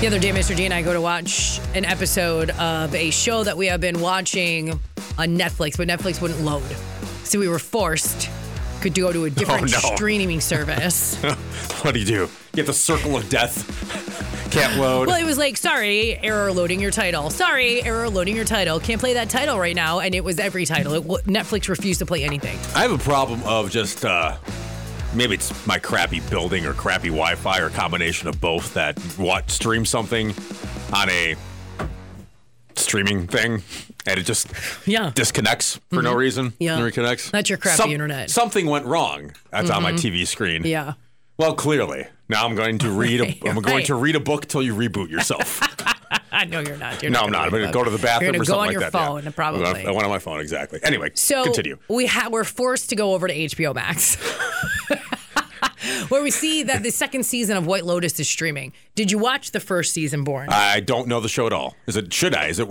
The other day, Mr. D and I go to watch an episode of a show that we have been watching on Netflix, but Netflix wouldn't load. So we were forced could go to a different Oh, no. streaming service. What do you do? You have the circle of death. Can't load. well, it was like, sorry, error loading your title. Sorry, error loading your title. Can't play that title right now. And it was every title. It, w- Netflix refused to play anything. I have a problem of just uh, maybe it's my crappy building or crappy Wi-Fi or combination of both that what stream something on a streaming thing and it just Yeah. Mm-hmm. disconnects for no reason Yeah. and reconnects. That's your crappy internet. Mm-hmm. Something went wrong. That's on my TV screen. Yeah. Well, clearly. Now I'm going to read a I'm going right. to read a book till you reboot yourself. I know you're not. You're not no, gonna I'm not. I'm read going to that. go to the bathroom You're gonna or go something on like your that. yeah. phone, probably. I went on my phone exactly. Anyway, So continue. We ha- we're forced to go over to HBO Max, where we see that the second season of White Lotus is streaming. Did you watch the first season, Born? I don't know the show at all. Is it should I? Is it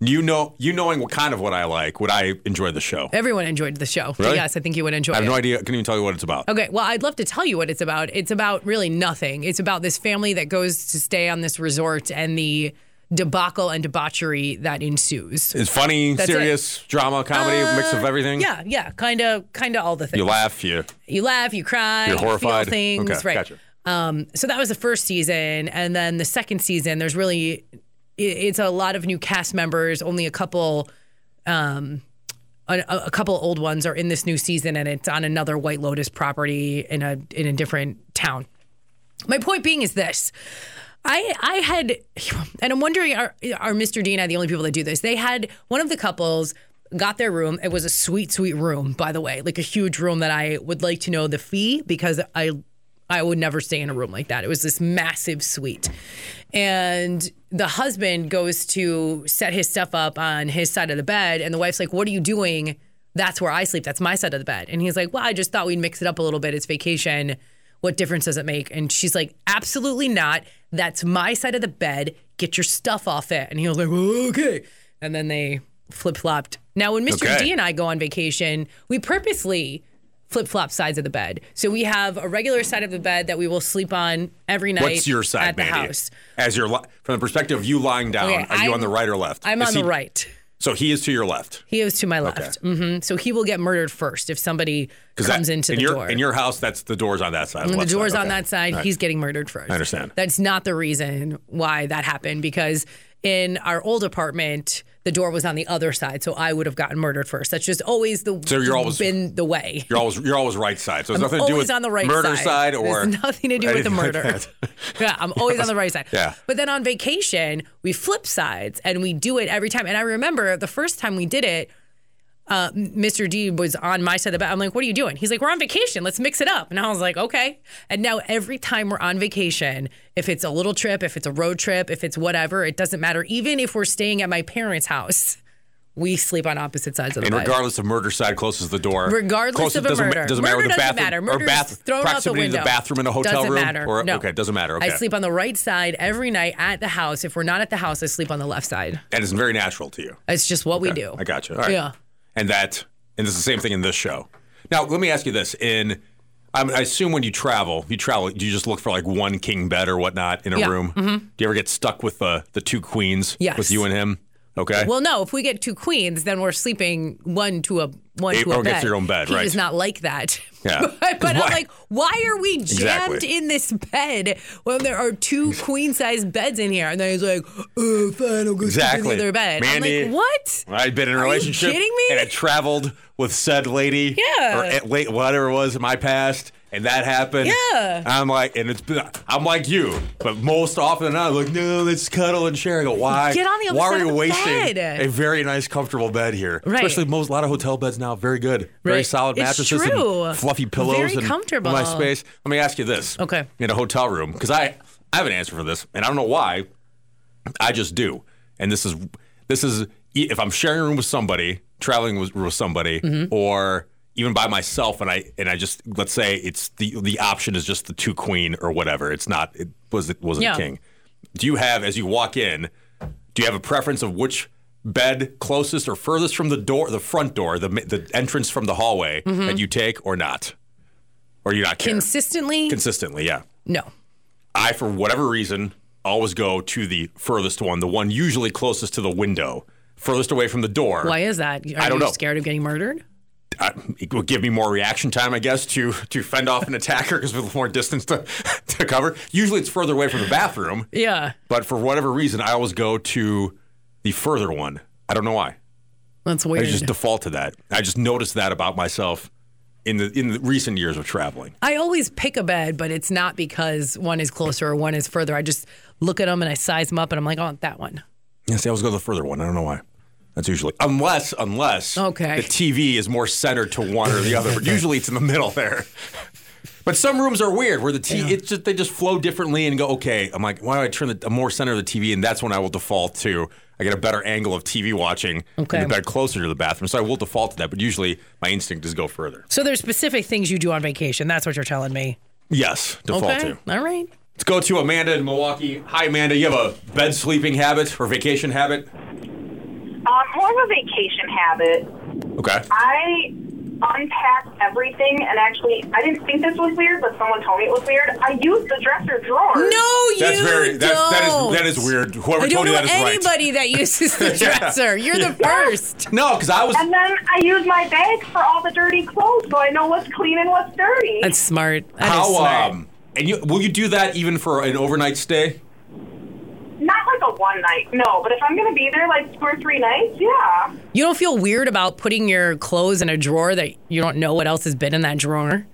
you know you knowing what kind of what I like? Would I enjoy the show? Everyone enjoyed the show. So Really? yes, I think you would enjoy I have it. no idea. I couldn't even tell you what it's about. Okay, well, I'd love to tell you what it's about. It's about really nothing. It's about this family that goes to stay on this resort and the debacle and debauchery that ensues. It's funny, That's Uh, serious, drama, comedy, mix of everything. Yeah, yeah, kind of, kind of all the things. You laugh. You you laugh, you cry, You're you feel horrified. things, Okay, right? gotcha. Um, so that was the first season, and then the second season, there's really i- it's a lot of new cast members. Only a couple, um, a, a couple old ones are in this new season, and it's on another White Lotus property in a in a different town. My point being is this. I I had, and I'm wondering are are Mr. D and I the only people that do this? They had one of the couples got their room. It was a sweet, sweet room, by the way, like a huge room that I would like to know the fee because I I would never stay in a room like that. It was this massive suite, and the husband goes to set his stuff up on his side of the bed, and the wife's like, "What are you doing?" That's where I sleep. That's my side of the bed. And he's like, Well, I just thought we'd mix it up a little bit. It's vacation what difference does it make? And she's like, absolutely not. That's my side of the bed. Get your stuff off it. And he was like, well, okay. And then they flip flopped. Now, when Mr. Okay. D and I go on vacation, we purposely flip flop sides of the bed. So we have a regular side of the bed that we will sleep on every night. what's your side, at the Mandy? house? As your li- from the perspective of you lying down, Okay, are you on I'm- the right or left? I'm Is on he- the right. So he is to your left. He is to my left. hmm So he will get murdered first if somebody 'Cause comes that- into in the your, door. In your house, that's the doors on that side. the left side, door's on okay. that side. All right. He's getting murdered first. I understand. That's not the reason why that happened because in our old apartment, the door was on the other side, so I would have gotten murdered first. That's just always the So you're always- been the way. You're always you're always right side. So it's nothing to do always with on the right murder side. side, or There's nothing to do with the anything like murder. that. yeah, I'm always on the right side. Yeah. But then on vacation, we flip sides and we do it every time. And I remember the first time we did it, uh, Mr. D was on my side of the bed. I'm like, what are you doing? He's like, we're on vacation. Let's mix it up. And I was like, okay. And now every time we're on vacation, if it's a little trip, if it's a road trip, if it's whatever, it doesn't matter. Even if we're staying at my parents' house, we sleep on opposite sides of the And bed. regardless of murder side, closest the door. Regardless closest of a doesn't, ma- murder. doesn't Murder matter with the doesn't bathroom matter. or Murder bath is thrown out the proximity to window. the bathroom in a hotel doesn't room. Matter. Or no. okay, doesn't matter. Okay, I sleep on the right side every night at the house. If we're not at the house, I sleep on the left side. and it's very natural to you. It's just what we do. I got you. All right. Yeah. And that, and it's the same thing in this show. Now, let me ask you this: In, I, mean, I assume when you travel, you travel, do you just look for like one king bed or whatnot in a Yeah. Mm-hmm. room? Do you ever get stuck with the the two queens? Yes. With you and him. Okay. Well, no. If we get two queens, then we're sleeping one to a one to a Everyone bed. gets their own bed, he right. does not like that. Yeah. but I'm Why? like, why are we jammed Exactly. in this bed when there are two queen size beds in here? And then he's like, oh, fine, I'll go sleep Exactly. in the other bed. Mandy, I'm like, what? I'd been in a you relationship. kidding me? And I traveled with said lady. Yeah. Or at late, whatever it was in my past. And that happened. Yeah. I'm like, and it's been, I'm like you, but most often than not, I'm like, no, let's cuddle and share. I go, why? Get on the other why side are of you the wasting bed. a very nice, comfortable bed here? Right. Especially most, a lot of hotel beds now, very good. Very Right. solid It's mattresses and true. fluffy pillows Very and comfortable. my space. Let me ask you this. Okay. In a hotel room, because I, I have an answer for this, and I don't know why. I just do. And this is this is e, if I'm sharing a room with somebody, traveling with, with somebody, or even by myself, and I and I just let's say it's the the option is just the two queen or whatever. It's not it was it wasn't Yeah. king. Do you have as you walk in? Do you have a preference of which bed closest or furthest from the door, the front door, the ma- the entrance from the hallway that you take, or not? Or you not care Consistently, consistently? Yeah. no. I, for whatever reason, always go to the furthest one, the one usually closest to the window, furthest away from the door. Why is that? Are don't you know. scared of getting murdered? I, it will give me more reaction time, I guess, to to fend off an attacker because with more distance to, to cover. Usually, it's further away from the bathroom, Yeah. but for whatever reason, I always go to the further one. I don't know why. That's I weird. just default to that. I just noticed that about myself in the in the recent years of traveling. I always pick a bed, but it's not because one is closer or one is further. I just look at them and I size them up and I'm like, oh, that one. Yeah, see, I always go to the further one. I don't know why. That's usually unless unless Okay. the TV is more centered to one or the other, but usually it's in the middle there. But some rooms are weird where the T it's just they just flow differently and go okay. I'm like, why do I turn the I'm more center of the TV and that's when I will default to I get a better angle of TV watching Okay. in the bed closer to the bathroom, so I will default to that. But usually my instinct is go further. So there's specific things you do on vacation. That's what you're telling me. Yes, default Okay. to. All right. Let's go to Amanda in Milwaukee. Hi, Amanda. You have a bed sleeping habit or vacation habit? Um, more of a vacation habit. Okay. I unpacked everything, and actually, I didn't think this was weird, but someone told me it was weird. I used the dresser drawer. No, you That's very don't. that's, that is that is weird. Whoever I don't told you know that is right. anybody that uses the dresser. You're the first. No, because I was And then I use my bag for all the dirty clothes, so I know what's clean and what's dirty. That's smart. That is how smart. um and you will you do that even for an overnight stay? Not like a one night, no. But if I'm gonna be there like two or three nights, yeah. you don't feel weird about putting your clothes in a drawer that you don't know what else has been in that drawer.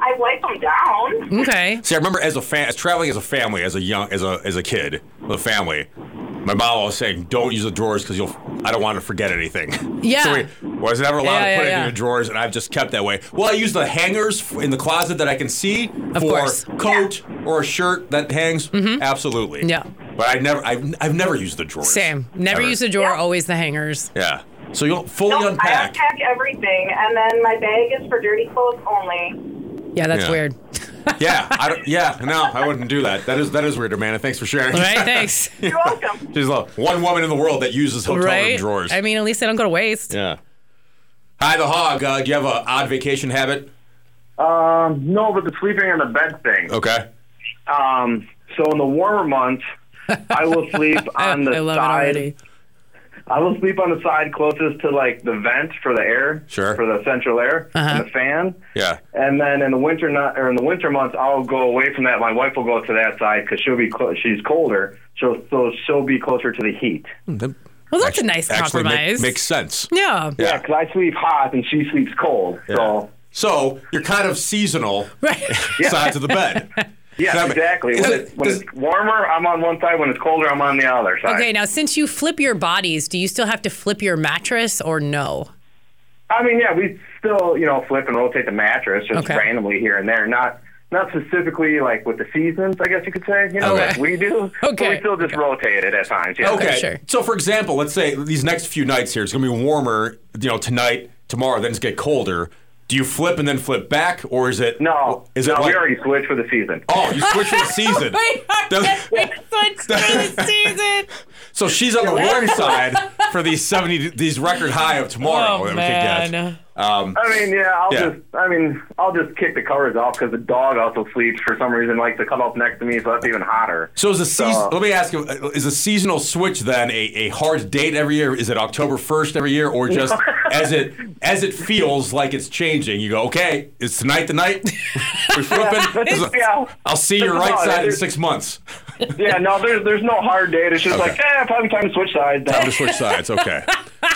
I wipe them down. Okay. See, I remember as a fan, as traveling as a family, as a young, as a as a kid, with a family. My mom always saying, "Don't use the drawers because you'll." I don't want to forget anything. Yeah. So we was never allowed Yeah, to put yeah, it yeah. in the drawers, and I've just kept that way. Well, I use the hangers f- in the closet that I can see Of for course. coat or a shirt that hangs. Absolutely. Yeah. But I never, I've, I've never used the drawers. Same. Never Ever. use the drawer, Yeah. always the hangers. Yeah. So you'll fully No, I unpack. unpack everything, and then my bag is for dirty clothes only. Yeah, that's Yeah. weird. yeah. I don't, yeah. No, I wouldn't do that. That is that is weird, Amanda. Thanks for sharing. All right, thanks. You're welcome. She's the one woman in the world that uses hotel room right? drawers. I mean, at least they don't go to waste. Yeah. Hi, the hog. Uh, do you have an odd vacation habit? Um, no, but the sleeping on the bed thing. Okay. Um, so in the warmer months, I will sleep I, on the I love it side. already. I will sleep on the side closest to like the vent for the air, Sure. for the central air Uh-huh. and the fan. Yeah. And then in the winter not, or in the winter months, I'll go away from that. My wife will go to that side because she'll be clo- she's colder, so so she'll be closer to the heat. Well, that's Hmm, a nice Actually, ma- compromise. makes sense. yeah. Yeah. Yeah, because I sleep hot and she sleeps cold. So So you're kind of seasonal Right. sides of the bed. yeah, Does that make- exactly. Is When, it- it, when does- it's warmer, I'm on one side. When it's colder, I'm on the other side. Okay, now since you flip your bodies, do you still have to flip your mattress or no? I mean, yeah, we still you know flip and rotate the mattress just Okay. randomly here and there, not not specifically like with the seasons, I guess you could say. You know, Okay. like we do. But Okay. we still just rotate it at times. Yeah. Okay. sure. So for example, let's say these next few nights here, it's gonna be warmer. You know, tonight, tomorrow, then it's get colder. Do you flip and then flip back, or is it No, Is no, it like we already switched for the season. oh, you switch the season? Oh Does- switch for the season. So she's on the warm side for these seventy, these record high of tomorrow Oh, that we could get. man. I mean, yeah, I'll Yeah. just, I mean, I'll just kick the covers off because the dog also sleeps for some reason, likes to come up next to me, so that's even hotter. So is the season? So- let me ask you: uh, Is the seasonal switch then a, a hard date every year? Is it October first every year, or just as it as it feels like it's changing? You go, okay, it's tonight the night. We're flipping. yeah. I'll see your right No, side in there's- six months. yeah, no, there's there's no hard date. It's just Okay. like, eh, probably time to switch sides. I'm Now. to switch sides. Okay,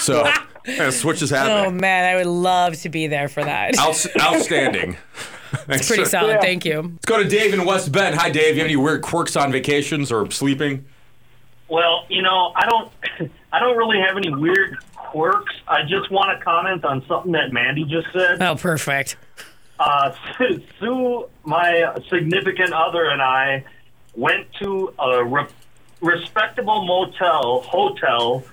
so yeah, switch is Oh happening. man, I would love to be there for that. Outs- outstanding. It's Pretty solid. Yeah. Thank you. Let's go to Dave in West Bend. Hi, Dave. You have any weird quirks on vacations or sleeping? Well, you know, I don't, I don't really have any weird quirks. I just want to comment on something that Mandy just said. Oh, perfect. Uh, Sue, my significant other, and I went to a re- respectable motel hotel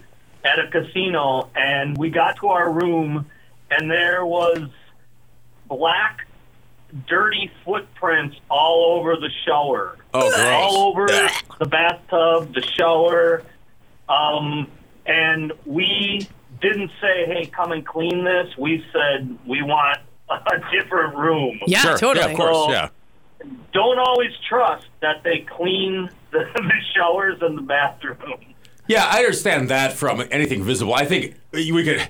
at a casino, and we got to our room, and there was black, dirty footprints all over the shower Oh, gross. all over the bathtub, the shower, um, and we didn't say, "Hey, come and clean this." We said we want a different room. Yeah, Sure. totally. Yeah, of course. So- Yeah. don't always trust that they clean the, the showers and the bathroom. Yeah, I understand that from anything visible. I think we could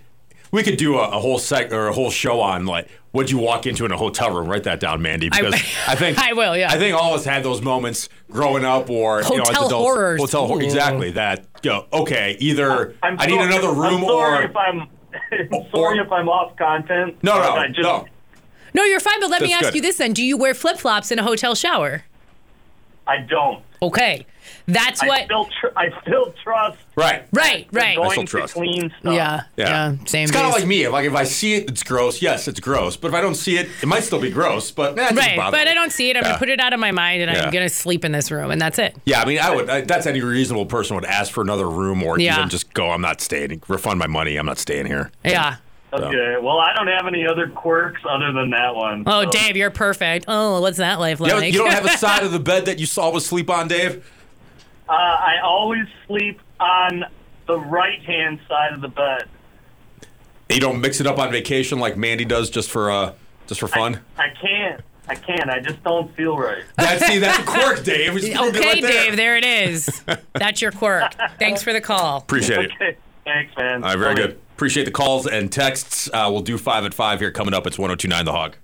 we could do a, a whole sec or a whole show on like what you walk into in a hotel room. Write that down, Mandy, because I, think I will, yeah. I think all of us had those moments growing up or you know, as Hotel adults, horrors. Hotel hor- exactly that. You know, okay, either i need so- another room I'm or sorry if I'm I'm sorry or- if I'm off content. no, but no, I just, no. No, you're fine, but let me That's ask good. you this then. Do you wear flip flops in a hotel shower? I don't. Okay. That's I what. still tr- I still trust Right, Right, right. going still to trust. clean stuff. Yeah, yeah. Same It's kind of base. like me. If like if I see it, it's gross. Yes, it's gross. But if I don't see it, it might still be gross. But nah, it doesn't Right, bother but me. I don't see it. I'm Yeah. gonna put it out of my mind, and Yeah. I'm gonna sleep in this room, and that's it. Yeah, I mean, I would. I, that's any reasonable person would ask for another room or Yeah. even just go. I'm not staying. Refund my money. I'm not staying here. Yeah. Okay. Well, I don't have any other quirks other than that one. Oh, so. Dave, you're perfect. Oh, what's that life You, like? don't- you don't have a side of the bed that you saw was sleep on, Dave. Uh, I always sleep on the right hand side of the bed. You don't mix it up on vacation like Mandy does just for uh just for fun. I can't. I can't. I just don't feel right. That see, that's a quirk, Dave. We just proved it okay, right there. Dave, there it is. That's your quirk. Thanks for the call. Appreciate it. Okay. Thanks, man. All right, very Okay. good. Appreciate the calls and texts. Uh, we'll do five at five here coming up. It's 1029 The Hog.